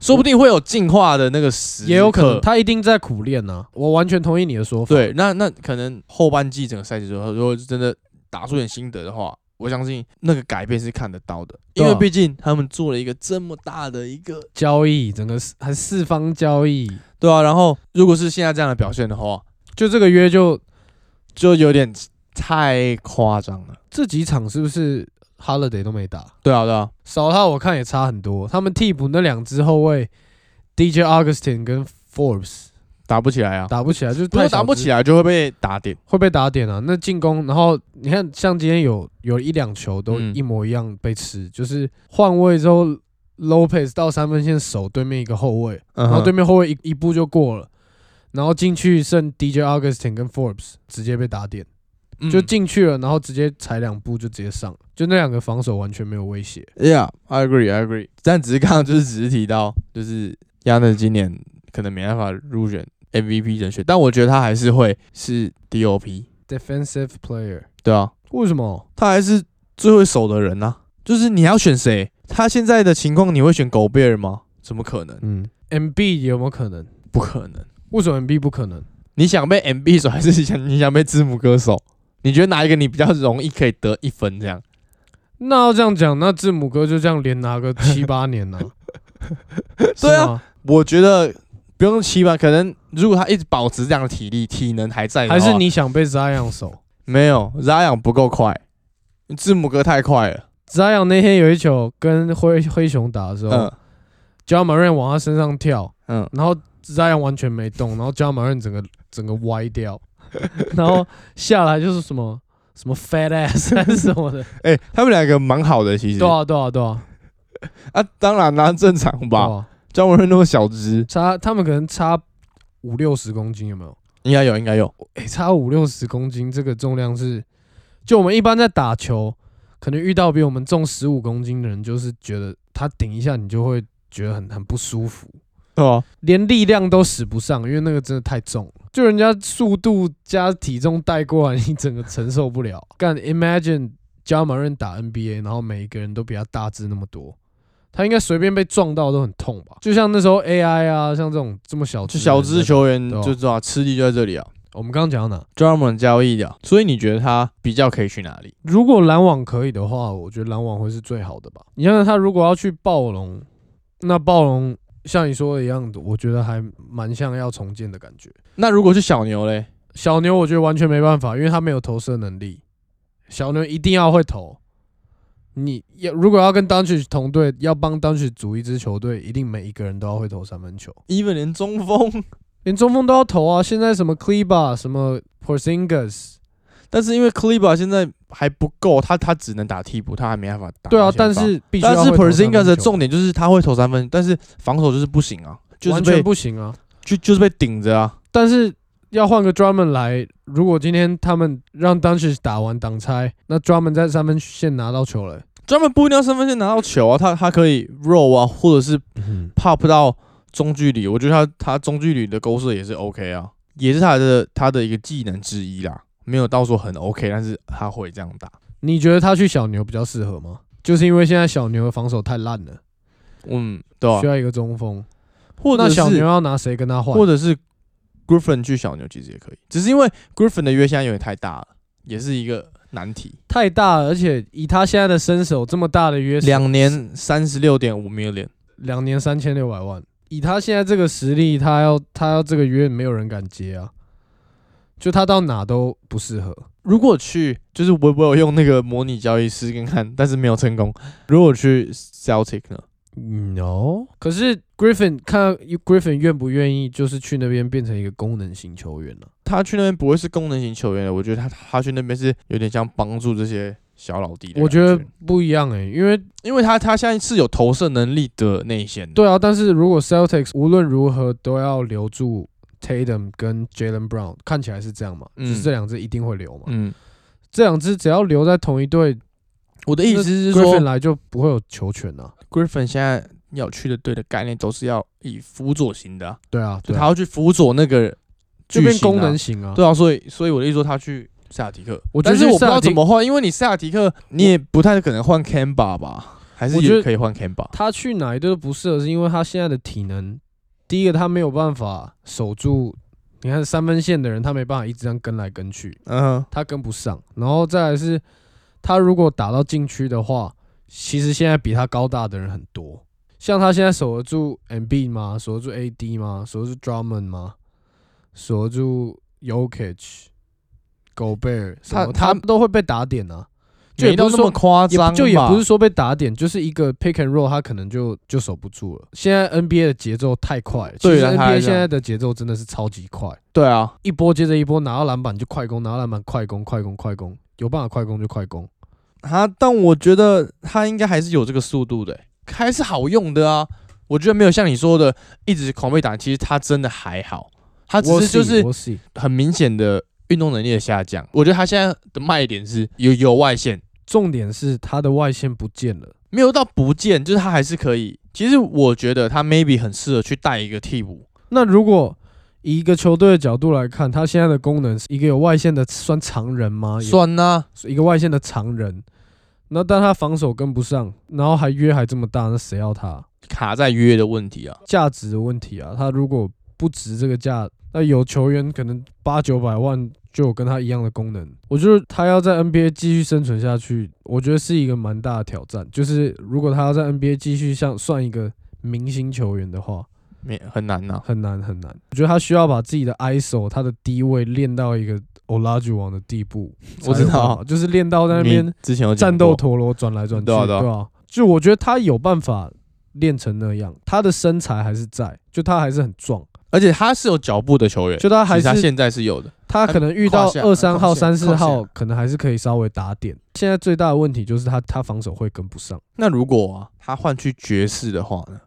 Speaker 1: 说不定会有进化的那个时刻，
Speaker 2: 也有可能他一定在苦练呐、我完全同意你的说法。
Speaker 1: 对，那那可能后半季整个赛季之后，如果真的打出点心得的话，我相信那个改变是看得到的，因为
Speaker 2: 对啊
Speaker 1: 毕竟他们做了一个这么大的一个
Speaker 2: 交易整个四还四方交易，
Speaker 1: 对啊，然后如果是现在这样的表现的话，
Speaker 2: 就这个约就
Speaker 1: 就有点太夸张了。
Speaker 2: 这几场是不是 Holiday 都没打？
Speaker 1: 对啊，对啊，
Speaker 2: 少他我看也差很多。他们替补那两只后卫 DJ Augustin 跟 Forbes
Speaker 1: 打不起来啊，
Speaker 2: 打不起来，就是
Speaker 1: 不是打不
Speaker 2: 来
Speaker 1: 起来就会被打点。
Speaker 2: 会被打点啊。那进攻，然后你看像今天有有一两球都
Speaker 1: 嗯
Speaker 2: 一模一样被吃，就是换位之后 Lopez 到三分线守对面一个后卫，
Speaker 1: 然
Speaker 2: 然后对面后卫一一步就过了，然后进去剩 DJ Augustin 跟 Forbes 直接被打点，
Speaker 1: 嗯
Speaker 2: 就进去了，然后直接踩两步就直接上，就那两个防守完全没有威胁。
Speaker 1: Yeah，I agree，I agree。但只是刚刚就是只是提到，就是亚内今年可能没办法入选 MVP 人选，但我觉得他还是会是 DOP。
Speaker 2: Defensive player，
Speaker 1: 对啊，
Speaker 2: 为什么？
Speaker 1: 他还是最会守的人呐、啊就是你要选谁？他现在的情况，你会选狗贝尔吗？怎么可能？
Speaker 2: 嗯，MB 有没有可能？
Speaker 1: 不可能。
Speaker 2: 为什么 MB 不可能？
Speaker 1: 你想被 MB 手，还是你想你想被字母歌手？你觉得哪一个你比较容易可以得一分？这样
Speaker 2: 那要这样讲，那字母哥就这样连 拿个七八年呐、是
Speaker 1: 对啊
Speaker 2: 吗，
Speaker 1: 我觉得不用期吧，可能如果他一直保持这样的体力，体能还在的话，
Speaker 2: 还是你想被 Zion 啊守
Speaker 1: 没有 Zion 不够快，字母哥太快了。
Speaker 2: ？Zion 那天有一球跟灰灰熊打的时候、
Speaker 1: 嗯
Speaker 2: j a m a r a n 往他身上跳，
Speaker 1: 嗯，
Speaker 2: 然后 Zion 完全没动，然后 j a m a r a n 整个整个 歪掉，然后下来就是什么什么 fat ass 还是什么的，
Speaker 1: 哎、他们两个蛮好的，其实
Speaker 2: 对啊对啊对啊，
Speaker 1: 啊当然啦、正常
Speaker 2: 对
Speaker 1: 吧。
Speaker 2: 啊，
Speaker 1: 张文润那么小只，
Speaker 2: 差他们可能差五六十公斤有没有？
Speaker 1: 应该有，应该有。
Speaker 2: 诶，哎差五六十公斤，这个重量是，就我们一般在打球，可能遇到比我们重十五公斤的人，就是觉得他顶一下你就会觉得很很不舒服，
Speaker 1: 对啊，
Speaker 2: 连力量都使不上，因为那个真的太重了，就人家速度加体重带过来，你整个承受不了。干，imagine 加马人打 NBA，然后每一个人都比他大只那么多。他应该随便被撞到都很痛吧？就像那时候 AI 啊，像这种这么小
Speaker 1: 就
Speaker 2: 只的
Speaker 1: 小
Speaker 2: 人
Speaker 1: 只
Speaker 2: 在
Speaker 1: 球员
Speaker 2: 对啊
Speaker 1: 就知道吃力就在这里啊。
Speaker 2: 打，我们刚刚讲到哪？
Speaker 1: 专门交易的，所以你觉得他比较可以去哪里？
Speaker 2: 如果篮网可以的话，我觉得篮网会是最好的吧。你想想，他如果要去暴龙，那暴龙像你说的一样，我觉得还蛮像要重建的感觉。
Speaker 1: 那如果是小牛嘞？
Speaker 2: 小牛我觉得完全没办法，因为他没有投射能力。小牛一定要会投。你要如果要跟当曲同队，要帮当曲组一支球队，一定每一个人都要会投三分球，
Speaker 1: even 连中锋，
Speaker 2: 连中锋都要投啊！现在什么 c l e b a 什么 Porzingis，
Speaker 1: 但是因为 c l i b a 现在还不够，他他只能打替补，他还没办法打。
Speaker 2: 对啊，但是必须要
Speaker 1: 但是
Speaker 2: 会投三
Speaker 1: Persinga
Speaker 2: 分
Speaker 1: 的
Speaker 2: 球
Speaker 1: 重点就是他会投三分，但是防守就是不行啊，就是
Speaker 2: 完全
Speaker 1: 被
Speaker 2: 不行啊。
Speaker 1: 就就是被顶着啊。
Speaker 2: 但是要换个专门来，如果今天他们让当时打完挡拆，那专门在三分线拿到球了、
Speaker 1: 专门不一定要三分线拿到球啊，他他可以 roll 啊，或者是 pop 到中距离，我觉得他他中距离的勾射也是 OK 啊，也是他的他的一个技能之一啦。没有到说很 OK，但是他会这样打。
Speaker 2: 你觉得他去小牛比较适合吗？就是因为现在小牛的防守太烂了，
Speaker 1: 嗯，对啊
Speaker 2: 需，要一个中锋。
Speaker 1: 或
Speaker 2: 那
Speaker 1: 者
Speaker 2: 小牛
Speaker 1: 是
Speaker 2: 要拿谁跟他换？
Speaker 1: 或者是 Griffin 去小牛其实也可以，只是因为 Griffin 的约现在有点太大了，也是一个难题。
Speaker 2: 太大了，而且以他现在的身手这么大的约，
Speaker 1: 两年三十六点五 million，
Speaker 2: 两年三千六百万，以他现在这个实力，他要他要这个约，没有人敢接啊。就他到哪都不适合。
Speaker 1: 如果去就是我我有用那个模拟交易试跟看，但是没有成功。如果去 Celtic 呢？嗯
Speaker 2: No，可是 Griffin 看 Griffin 愿不愿意，就是去那边变成一个功能型球员了、啊
Speaker 1: 他去那边不会是功能型球员的，我觉得他他去那边是有点像帮助这些小老弟的感。
Speaker 2: 我觉得不一样诶、欸因为
Speaker 1: 因为他他现在是有投射能力的内线的，
Speaker 2: 对啊，但是如果 Celtics 无论如何都要留住 Tatum 跟 Jalen Brown，看起来是这样嘛，
Speaker 1: 嗯
Speaker 2: 就是这两只一定会留嘛。
Speaker 1: 嗯，
Speaker 2: 这两只只要留在同一队
Speaker 1: 我的意思是说
Speaker 2: ，Griffin 来就不会有球权呐、啊。
Speaker 1: ，Griffin 现在要去的队的概念都是要以辅佐型的啊、
Speaker 2: 对啊，
Speaker 1: 就
Speaker 2: 对
Speaker 1: 他
Speaker 2: 啊，
Speaker 1: 要去辅佐那个
Speaker 2: 就
Speaker 1: 巨
Speaker 2: 变
Speaker 1: 星啊
Speaker 2: 功能型啊。
Speaker 1: 对啊，所以所以我的意思说他去塞尔提克，
Speaker 2: 我觉
Speaker 1: 但
Speaker 2: 得
Speaker 1: 是我不知
Speaker 2: 塞
Speaker 1: 道
Speaker 2: 尔提
Speaker 1: 怎么换，因为你塞尔提克你也不太可能换 Camba 吧，还是
Speaker 2: 我觉得
Speaker 1: 也可以换 Camba。
Speaker 2: 他去哪一队都不适合，是因为他现在的体能，第一个他没有办法守住，你看三分线的人，他没办法一直这样跟来跟去，
Speaker 1: 嗯，
Speaker 2: 他跟不上。然后再来是，他如果打到禁区的话，其实现在比他高大的人很多，像他现在守得住 MB 吗？守得住 AD 吗？守得住 Drummond 吗？守得住 Yokich、狗贝尔，什么
Speaker 1: 他
Speaker 2: 他都会被打点啊。就也
Speaker 1: 没
Speaker 2: 不
Speaker 1: 到那
Speaker 2: 是说
Speaker 1: 么夸
Speaker 2: 也
Speaker 1: 张吧，
Speaker 2: 就也不是说被打点，就是一个 pick and roll，他可能就就守不住了。现在 NBA 的节奏太快了，其
Speaker 1: 对
Speaker 2: 实
Speaker 1: 啦他来
Speaker 2: NBA
Speaker 1: 讲
Speaker 2: 现在的节奏真的是超级快，
Speaker 1: 对啊，
Speaker 2: 一波接着一波，拿到篮板就快攻，拿到篮板快攻，快攻，快攻，有办法快攻就快攻。
Speaker 1: 他，啊但我觉得他应该还是有这个速度的欸、还是好用的啊。我觉得没有像你说的一直狂被打，其实他真的还好，他只
Speaker 2: 我
Speaker 1: 是就是
Speaker 2: 我是
Speaker 1: 很明显的运动能力的下降。我觉得他现在的卖点是有有外线，
Speaker 2: 重点是他的外线不见了，
Speaker 1: 没有到不见，就是他还是可以。其实我觉得他 maybe 很适合去带一个替补，
Speaker 2: 那如果以一个球队的角度来看，他现在的功能是一个有外线的算常人吗？也
Speaker 1: 算啊呐、
Speaker 2: 一个外线的常人，那但他防守跟不上，然后还约还这么大，那谁要他啊、
Speaker 1: 卡在约的问题啊。
Speaker 2: 价值的问题啊。他如果不值这个价，那有球员可能八九百万就有跟他一样的功能。我觉得他要在 NBA 继续生存下去，我觉得是一个蛮大的挑战。就是如果他要在 NBA 继续像算一个明星球员的话，
Speaker 1: 没很难啊呐、
Speaker 2: 很难很难。我觉得他需要把自己的 ISO 他的低位练到一个 Olajuwon 的地步，
Speaker 1: 我知道
Speaker 2: 才有办法，就是练到在那边
Speaker 1: 你之前有讲
Speaker 2: 战斗
Speaker 1: 过
Speaker 2: 陀螺转来转去，
Speaker 1: 对啊对啊
Speaker 2: 啊，就我觉得他有办法练成那样，他的身材还是在，就他还是很壮，
Speaker 1: 而且他是有脚步的球员，
Speaker 2: 就他
Speaker 1: 其
Speaker 2: 还
Speaker 1: 实他
Speaker 2: 是
Speaker 1: 现在是有的。
Speaker 2: 他可能遇到
Speaker 1: 胯下
Speaker 2: 二三号、
Speaker 1: 胯下
Speaker 2: 三四
Speaker 1: 胯
Speaker 2: 号，
Speaker 1: 下
Speaker 2: 可能还是可以稍微打点。现在最大的问题就是他他防守会跟不上，
Speaker 1: 那如果啊，他换去爵士的话呢？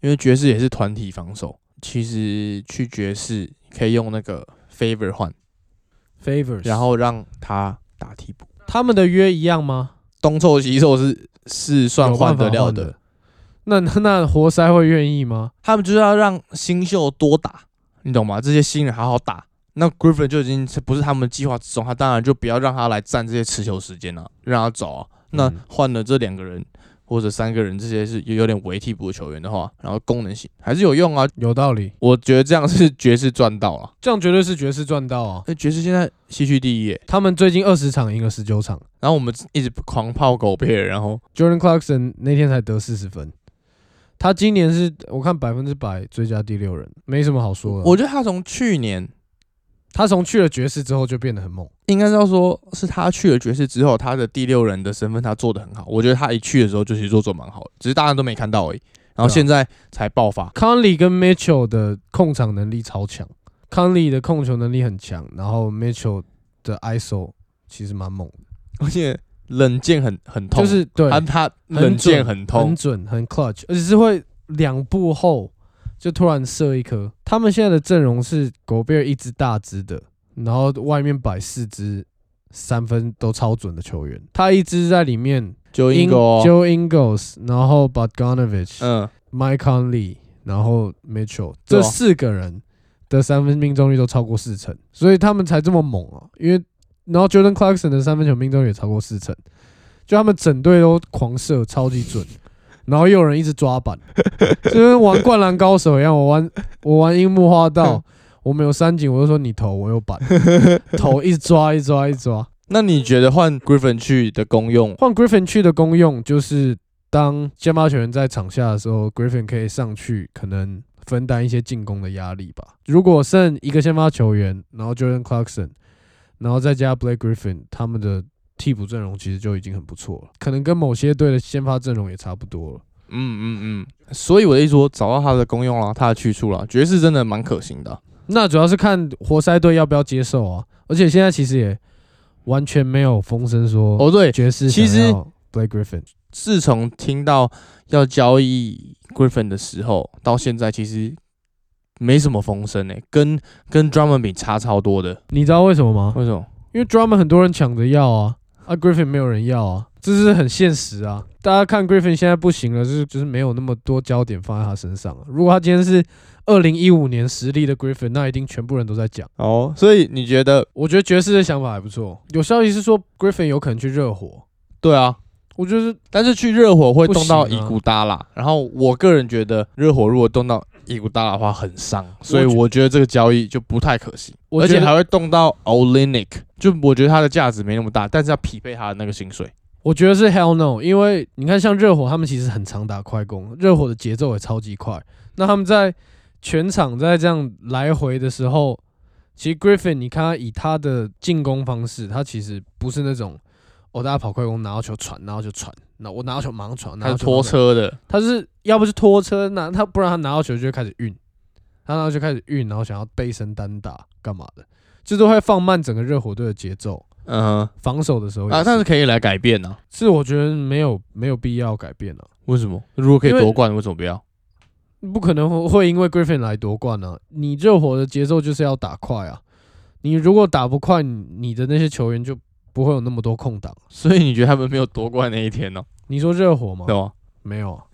Speaker 1: 因为爵士也是团体防守，其实去爵士可以用那个 favor 换，
Speaker 2: favors，
Speaker 1: 然后让他打替补，
Speaker 2: 他们的约一样吗？
Speaker 1: 东凑西凑是是算
Speaker 2: 有办
Speaker 1: 换
Speaker 2: 法
Speaker 1: 得了
Speaker 2: 换
Speaker 1: 的。
Speaker 2: 的。那那那活塞会愿意吗？
Speaker 1: 他们就是要让新秀多打，你懂吗？这些新人好好打。那 Griffin 就已经是不是他们计划之中，他当然就不要让他来占这些持球时间了、让他走啊。那
Speaker 2: 嗯
Speaker 1: 换了这两个人或者三个人，这些是有有点为替补的球员的话，然后功能性还是有用啊。
Speaker 2: 有道理，
Speaker 1: 我觉得这样是爵士赚到了。
Speaker 2: 这样绝对是爵士赚到啊！
Speaker 1: 那哎爵士现在西区第一耶，
Speaker 2: 他们最近二十场赢了十九场
Speaker 1: 然后我们一直狂炮狗贝尔，然后
Speaker 2: ，Jordan Clarkson 那天才得四十分，他今年是我看百分之百最佳第六人，没什么好说的。
Speaker 1: 我觉得他从去年
Speaker 2: 他从去了爵士之后就变得很猛，
Speaker 1: 应该是要说是他去了爵士之后，他的第六人的身份他做的很好，我觉得他一去的时候就其实做做蛮好的，只是大家都没看到而已。
Speaker 2: 啊
Speaker 1: 然后现在才爆发，
Speaker 2: Conley 跟 Mitchell 的控场能力超强，Conley 的控球能力很强，然后 Mitchell 的 ISO 其实蛮猛的，
Speaker 1: 而且冷箭很很痛，
Speaker 2: 就是对
Speaker 1: 他他
Speaker 2: 很
Speaker 1: 冷箭
Speaker 2: 准
Speaker 1: 很痛
Speaker 2: 很，准，很 clutch，而且是会两步后就突然射一颗。他们现在的阵容是狗贝尔一只大只的，然后外面摆四只三分都超准的球员，他一只在里面
Speaker 1: 就英
Speaker 2: In-
Speaker 1: 国
Speaker 2: Joe Ingles，然后 Bogdanovich，
Speaker 1: 嗯，
Speaker 2: Mike Conley，然后 Mitchell
Speaker 1: 对啊
Speaker 2: 这四个人的三分命中率都超过四成，所以他们才这么猛啊！因为然后 Jordan Clarkson 的三分球命中率也超过四成，就他们整队都狂射，超级准。然后又有人一直抓板，就跟玩灌篮高手一样。我玩 我玩樱木 花道，我们有三井，我就说你投，我有板，投一直抓一直抓一直抓。
Speaker 1: 那你觉得换 Griffin 去的功用？
Speaker 2: 换 Griffin 去的功用就是，当先发球员在场下的时候，Griffin 可以上去，可能分担一些进攻的压力吧。如果剩一个先发球员，然后 Jordan Clarkson，然后再加 Blake Griffin，他们的替补阵容其实就已经很不错了，可能跟某些队的先发阵容也差不多了。
Speaker 1: 嗯嗯嗯。所以我的意思说，找到他的功用了，他的去处了，爵士真的蛮可行的啊、
Speaker 2: 那主要是看活塞队要不要接受啊，而且现在其实也完全没有风声说
Speaker 1: 哦，对，
Speaker 2: 爵士
Speaker 1: 其实
Speaker 2: 想要 Blake Griffin。
Speaker 1: 自从听到要交易 Griffin 的时候，
Speaker 2: 嗯
Speaker 1: 到现在其实没什么风声诶、跟跟 Drummond 比差超多的。
Speaker 2: 你知道为什么吗？
Speaker 1: 为什么？
Speaker 2: 因为 Drummond 很多人抢着要啊，啊 Griffin 没有人要啊，这是很现实啊。大家看 Griffin 现在不行了，就是就是没有那么多焦点放在他身上、啊。如果他今天是二零一五年实力的 Griffin，那一定全部人都在讲。
Speaker 1: 哦，所以你觉得？
Speaker 2: 我觉得爵士的想法还不错，有消息是说 Griffin 有可能去热火，
Speaker 1: 对啊，
Speaker 2: 我觉得
Speaker 1: 但是去热火会动到
Speaker 2: 不行
Speaker 1: 伊
Speaker 2: 啊
Speaker 1: 古达拉，然后我个人觉得热火如果动到伊古达拉的话很伤，所以
Speaker 2: 我觉
Speaker 1: 我觉得这个交易就不太可行，
Speaker 2: 我
Speaker 1: 而
Speaker 2: 觉
Speaker 1: 且
Speaker 2: 得
Speaker 1: 还会动到 Olinic，就我觉得他的价值没那么大，但是要匹配他的那个薪水。
Speaker 2: 我觉得是 hell no，因为你看像热火，他们其实很常打快攻，热火的节奏也超级快。那他们在全场在这样来回的时候，其实 Griffin 你看他以他的进攻方式，他其实不是那种哦大家跑快攻拿到球传，拿到球传，那我拿到球马上传，拿
Speaker 1: 他
Speaker 2: 到
Speaker 1: 是
Speaker 2: 球
Speaker 1: 拖
Speaker 2: 马上传，
Speaker 1: 车的，
Speaker 2: 他是要不是拖车拿他，不然他拿到球就会开始运，他拿到球开始运，然后想要背身单打干嘛的，这都会放慢整个热火队的节奏。
Speaker 1: 嗯
Speaker 2: 防守的时候
Speaker 1: 哼
Speaker 2: 也
Speaker 1: 啊，
Speaker 2: 是
Speaker 1: 但是可以来改变呢、啊。
Speaker 2: 是我觉得没有没有必要改变了、
Speaker 1: 为什么？如果可以
Speaker 2: 因为
Speaker 1: 夺冠，为什么不要？
Speaker 2: 不可能会会因为 Griffin 来夺冠啊！你热火的节奏就是要打快啊，你如果打不快，你你的那些球员就不会有那么多空档。啊
Speaker 1: 所以你觉得他们没有夺冠那一天哦、
Speaker 2: 你说热火吗
Speaker 1: 对？吗？
Speaker 2: 没有啊，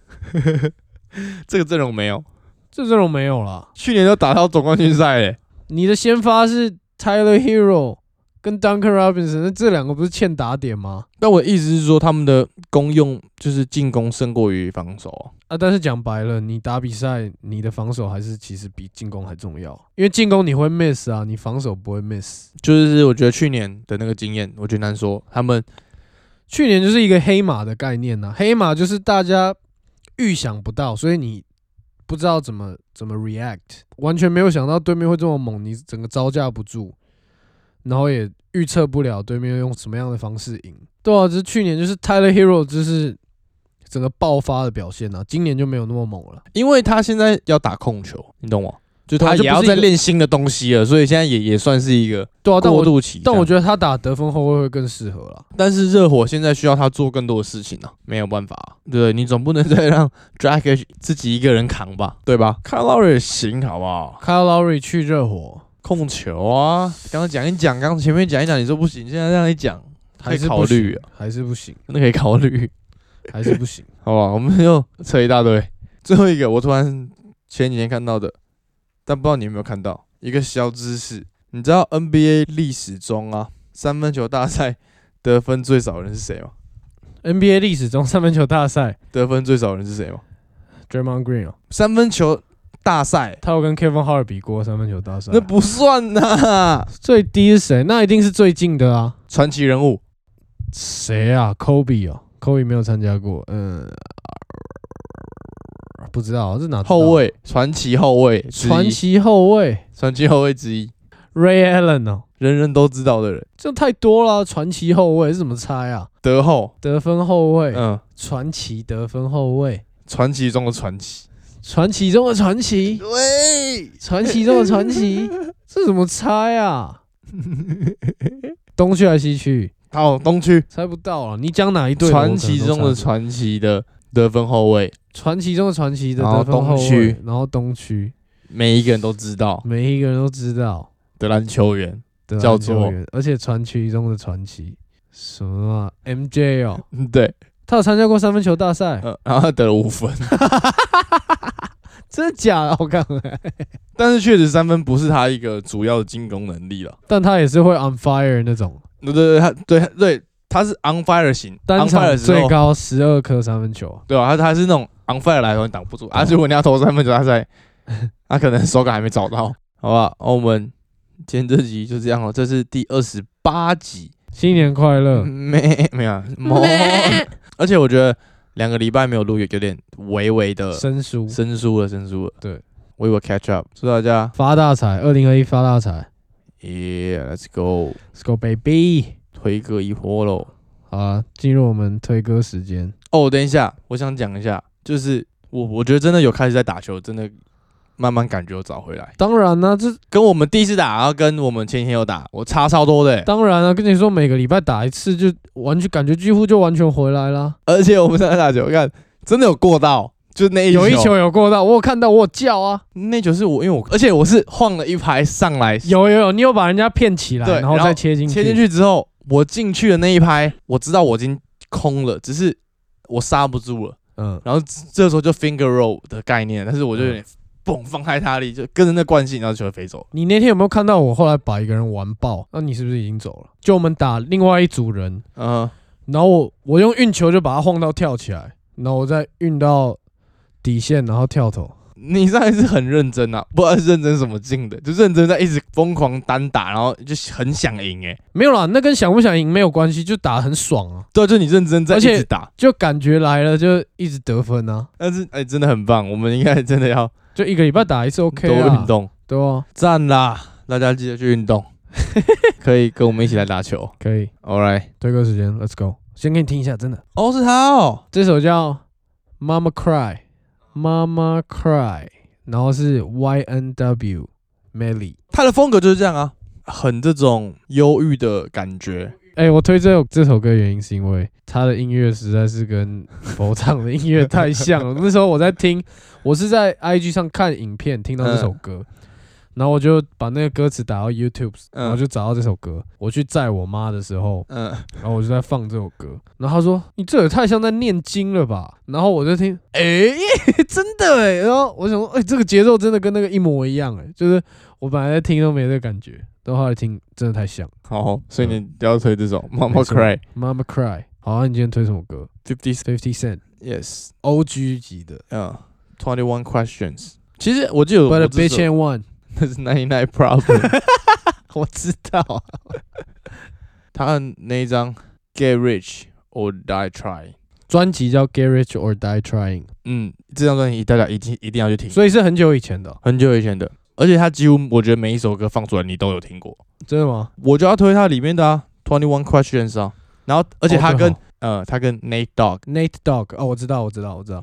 Speaker 1: 这个阵容没有，
Speaker 2: 这阵容没有啦。
Speaker 1: 去年都打到总冠军赛嘞、
Speaker 2: 你的先发是 Tyler Hero 跟 Duncan Robinson，那这两个不是欠打点吗？
Speaker 1: 但我的意思是说，他们的功用就是进攻胜过于防守啊。
Speaker 2: 啊，但是讲白了，你打比赛，你的防守还是其实比进攻还重要，因为进攻你会 miss 啊，你防守不会 miss。
Speaker 1: 就是我觉得去年的那个经验，我觉得难说。他们
Speaker 2: 去年就是一个黑马的概念呐、啊黑马就是大家预想不到，所以你不知道怎么怎么 react，完全没有想到对面会这么猛，你整个招架不住，然后也预测不了对面用什么样的方式赢。对啊，就是去年就是 Tyler Hero 就是整个爆发的表现呐、啊今年就没有那么猛了。
Speaker 1: 因为他现在要打控球，你懂吗？就
Speaker 2: 对啊
Speaker 1: 他
Speaker 2: 就
Speaker 1: 也
Speaker 2: 不
Speaker 1: 要
Speaker 2: 是一
Speaker 1: 在
Speaker 2: 个
Speaker 1: 练新的东西了，所以现在也也算是一个
Speaker 2: 对啊，但
Speaker 1: 过
Speaker 2: 我
Speaker 1: 渡期。
Speaker 2: 但我
Speaker 1: 得，
Speaker 2: 觉得他打得分后卫会更适合啦。
Speaker 1: 但是热火现在需要他做更多的事情啊，没有办法、啊，对你总不能再让 Drag 自己一个人扛吧，对吧？看 l o r 也行，好不好？
Speaker 2: Kyle Lowry 去热火
Speaker 1: 控球啊，刚刚讲一讲，刚前面讲一讲，你说不行，现在让你讲，
Speaker 2: 还
Speaker 1: 可
Speaker 2: 是
Speaker 1: 以
Speaker 2: 不
Speaker 1: 考
Speaker 2: 行
Speaker 1: 虑啊
Speaker 2: 还是不行，
Speaker 1: 真的可以考虑。
Speaker 2: 还是不行。
Speaker 1: 好吧，我们又扯一大堆。最后一个，我突然前几天看到的，但不知道你有没有看到一个小知识。你知道 NBA 历史中啊，三分球大赛得分最少的人是谁吗？
Speaker 2: NBA 历史中三分球大赛
Speaker 1: 得分最少的人是谁吗？
Speaker 2: ，Draymond Green 哦，
Speaker 1: 三分球大赛
Speaker 2: 他有跟 Kevin Hart 比过三分球大赛。
Speaker 1: 那不算呐、
Speaker 2: 最低是谁？那一定是最近的啊。
Speaker 1: 传奇人物
Speaker 2: 谁啊？Kobe 哦，Kobe 没有参加过。嗯，不知道这哪知道
Speaker 1: 后卫，传奇后卫之一，
Speaker 2: 传奇后卫
Speaker 1: 传奇后卫之一，
Speaker 2: Ray Allen 哦，
Speaker 1: 人人都知道的人，
Speaker 2: 这太多了啊。传奇后卫是怎么猜啊？
Speaker 1: 德后，
Speaker 2: 得分后卫，
Speaker 1: 嗯，
Speaker 2: 传奇得分后卫，
Speaker 1: 传奇中的传奇。
Speaker 2: 传奇中的传奇，
Speaker 1: 对，
Speaker 2: 传奇中的传 奇，这怎么猜 啊？东区还是西区？
Speaker 1: 好，东区。
Speaker 2: 猜不到啊！你讲哪一队？
Speaker 1: 传奇
Speaker 2: 我可能
Speaker 1: 中
Speaker 2: 都
Speaker 1: 的
Speaker 2: 猜不到
Speaker 1: 传奇的得分后卫，
Speaker 2: 传奇中的传奇的
Speaker 1: 然后
Speaker 2: 得分后
Speaker 1: 东
Speaker 2: 卫
Speaker 1: 区，
Speaker 2: 然后东区，
Speaker 1: 每一个人都知道
Speaker 2: 每一个人都知道
Speaker 1: 的篮球员，
Speaker 2: 的
Speaker 1: 叫
Speaker 2: 篮球
Speaker 1: 做
Speaker 2: 员，而且传奇中的传奇，什么啊？MJ 哦，
Speaker 1: 嗯对，
Speaker 2: 他有参加过三分球大赛，
Speaker 1: 呃，然后他得了五分，
Speaker 2: 真的假的？我看，
Speaker 1: 但是确实三分不是他一个主要的进攻能力了。
Speaker 2: 但他也是会 on fire 那种，
Speaker 1: 对对对，他对对他是 on fire 型
Speaker 2: 单
Speaker 1: ，on
Speaker 2: 场
Speaker 1: fire 的时
Speaker 2: 最
Speaker 1: 候，
Speaker 2: 高十二颗三分球，啊
Speaker 1: 对吧、啊他他是那种 on fire 来的时候你挡不住，啊，如果你要投三分球，他在，他可能手感还没找到，好吧？那我们今天这集就这样哦了，这是第二十八集，
Speaker 2: 新年快乐！
Speaker 1: 没没有啊，没而且我觉得两个礼拜没有录，有有点微微的
Speaker 2: 生疏，
Speaker 1: 生疏了，生疏了。
Speaker 2: 对
Speaker 1: ，We will catch up。祝大家
Speaker 2: 发大财！二零二一发大财
Speaker 1: ，Yeah，let's go，
Speaker 2: ，Let's go baby！
Speaker 1: 推歌一波喽。
Speaker 2: 好啊，进入我们推歌时间。
Speaker 1: 哦，等一下，我想讲一下，就是我我觉得真的有开始在打球，真的慢慢感觉有找回来。
Speaker 2: 当然呢、这
Speaker 1: 跟我们第一次打，然后跟我们前几天有打，我差超多的欸、
Speaker 2: 当然啊，跟你说每个礼拜打一次就完全感觉几乎就完全回来啦。
Speaker 1: 而且我们在打球，看真的有过到，就那一
Speaker 2: 有一球有过到，我有看到，我有叫啊，
Speaker 1: 那球是我，因为我而且我是晃了一排上来，
Speaker 2: 有有有，你有把人家骗起来，
Speaker 1: 对
Speaker 2: 然后
Speaker 1: 然后
Speaker 2: 再切进去，
Speaker 1: 切进去之后，我进去的那一拍，我知道我已经空了，只是我刹不住了。
Speaker 2: 嗯，
Speaker 1: 然后这这时候就 finger roll 的概念，但是我就有点嘣放开他力，就跟着那惯性，然后球就飞走。
Speaker 2: 你那天有没有看到我后来把一个人完爆？那你是不是已经走了？就我们打另外一组人，
Speaker 1: 嗯、
Speaker 2: 然后我我用运球就把他晃到跳起来，然后我再运到底线，然后跳投。
Speaker 1: 你上一次很认真啊，不知道是认真什么劲的，就认真在一直疯狂单打，然后就很想赢欸诶、
Speaker 2: 没有啦，那跟想不想赢没有关系，就打得很爽啊，
Speaker 1: 对，就你认真在一
Speaker 2: 而且
Speaker 1: 直打，
Speaker 2: 就感觉来了就一直得分啊，
Speaker 1: 但是哎、真的很棒，我们应该真的要
Speaker 2: 就一个礼拜打一次 OK
Speaker 1: 多
Speaker 2: 啊
Speaker 1: 运，动，
Speaker 2: 对啊，
Speaker 1: 赞啦！大家记得去运动， 可以跟我们一起来打球。
Speaker 2: 可以
Speaker 1: All right，
Speaker 2: 推歌时间，Let's go，先给你听一下，真的。
Speaker 1: 哦，是他哦，
Speaker 2: 这首叫《Mama Cry》，Mama Cry，然后是 Y N W Melly。
Speaker 1: 他的风格就是这样啊，很这种忧郁的感觉。
Speaker 2: 哎、我推这首这首歌的原因是因为他的音乐实在是跟佛唱的音乐太像了。那时候我在听，我是在 IG 上看影片听到这首歌，然后我就把那个歌词打到 YouTube，
Speaker 1: 嗯
Speaker 2: 然后就找到这首歌。我去载我妈的时候，
Speaker 1: 嗯，
Speaker 2: 然后我就在放这首歌，然后他说：“你这也太像在念经了吧？”然后我就听，哎、 真的哎、然后我想说，哎、这个节奏真的跟那个一模一样哎、就是我本来在听都没这个感觉，到后来听真的太像。
Speaker 1: 好，所以你不要推这首《
Speaker 2: 嗯没
Speaker 1: Mama
Speaker 2: 错
Speaker 1: Cry》
Speaker 2: Mama Cry，好，那你今天推什么歌
Speaker 1: Fifty
Speaker 2: ？Fifty Cent
Speaker 1: Yes，
Speaker 2: O G 级的
Speaker 1: 嗯，Twenty One Questions。其实我记得我
Speaker 2: ，But a
Speaker 1: 我这
Speaker 2: bitch
Speaker 1: 首
Speaker 2: and one，
Speaker 1: 那是 Ninety Nine Problem，
Speaker 2: 我知道啊，
Speaker 1: 他的那一张 Get Rich or Die Try。
Speaker 2: 专辑叫《Get Rich or Die Trying》，
Speaker 1: 嗯，这张专辑大家一定一定要去听，
Speaker 2: 所以是很久以前的哦、
Speaker 1: 很久以前的，而且他几乎我觉得每一首歌放出来你都有听过。
Speaker 2: 真的吗？
Speaker 1: 我就要推它里面的啊，Twenty One Questions 啊，然后而且
Speaker 2: 哦
Speaker 1: 他
Speaker 2: 对
Speaker 1: 跟、
Speaker 2: 哦
Speaker 1: 呃他跟 Nate Dogg
Speaker 2: Nate Dogg，哦，我知道，我知道，我知道，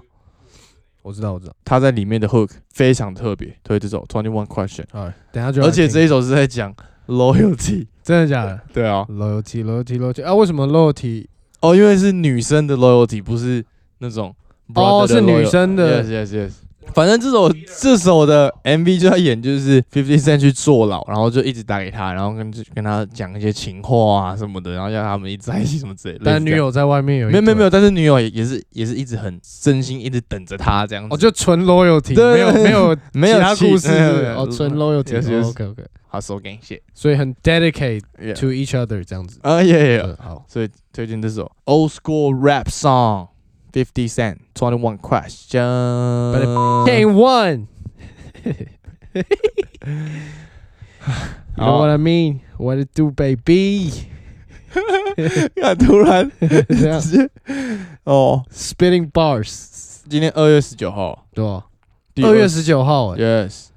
Speaker 2: 我知道，我知道。
Speaker 1: 他在里面的 hook 非常特别，推这首 Twenty One Question，
Speaker 2: 好，等一下就来
Speaker 1: 而且
Speaker 2: 听
Speaker 1: 这一首是在讲 loyalty，
Speaker 2: 真的假的？
Speaker 1: 对啊，
Speaker 2: loyalty loyalty loyalty 啊？为什么 loyalty？
Speaker 1: 哦，因为是女生的 loyalty，不是那种 brother
Speaker 2: 哦是女
Speaker 1: 啊 loyal-
Speaker 2: 生的
Speaker 1: yes yes yes。反正这首这首的 MV 就在演，就是 Fifty Cent 去坐牢，然后就一直打给他，然后跟跟他讲一些情话啊什么的，然后要他们一直在一起什么之类的。类
Speaker 2: 但
Speaker 1: 似
Speaker 2: 女
Speaker 1: 这样
Speaker 2: 友在外面有一
Speaker 1: 没有没有没
Speaker 2: 有，
Speaker 1: 有，但是女友也也是也是一直很真心，一直等着他这样子。
Speaker 2: 哦，就纯 loyalty，
Speaker 1: 对
Speaker 2: 没有没有
Speaker 1: 没有
Speaker 2: 其他
Speaker 1: 气
Speaker 2: 故事
Speaker 1: 没
Speaker 2: 是
Speaker 1: 有嗯
Speaker 2: 不是
Speaker 1: 没有
Speaker 2: 哦，纯
Speaker 1: 有有
Speaker 2: loyalty。OK OK，
Speaker 1: 好手感谢。
Speaker 2: 所以很 dedicate
Speaker 1: Yeah
Speaker 2: to each other 这样子。
Speaker 1: 啊耶耶！
Speaker 2: 对，好，
Speaker 1: 所以推荐这首 Old School Rap Song Fifty Cent Twenty One Question。
Speaker 2: But game one。You know
Speaker 1: 好
Speaker 2: what I mean? What it do, baby?
Speaker 1: 看突然
Speaker 2: 这样
Speaker 1: 直接哦，
Speaker 2: spitting bars，
Speaker 1: 今天二月十九号，
Speaker 2: 对吧？
Speaker 1: 第
Speaker 2: 二月十九号，哎，
Speaker 1: ，yes，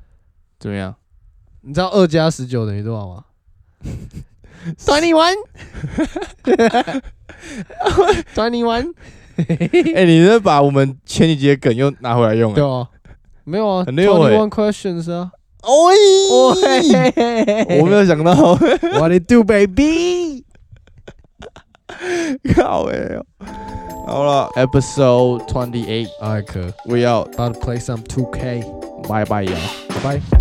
Speaker 1: 怎么样？
Speaker 2: 你知道二加十九等于多少吗？Twenty one，Twenty one，
Speaker 1: 哎，你这把我们前几集的梗又拿回来用
Speaker 2: 对
Speaker 1: 了。
Speaker 2: 啊，没有啊
Speaker 1: 很溜欸
Speaker 2: ，Twenty one questions 啊。
Speaker 1: 哦
Speaker 2: 哦
Speaker 1: 嘿， 我没有想到，
Speaker 2: What it do, baby？
Speaker 1: 靠哎呦！好了，Episode Twenty Eight，
Speaker 2: 艾可
Speaker 1: 我要
Speaker 2: ，About to play some 2K，
Speaker 1: 拜拜呀。
Speaker 2: 拜拜。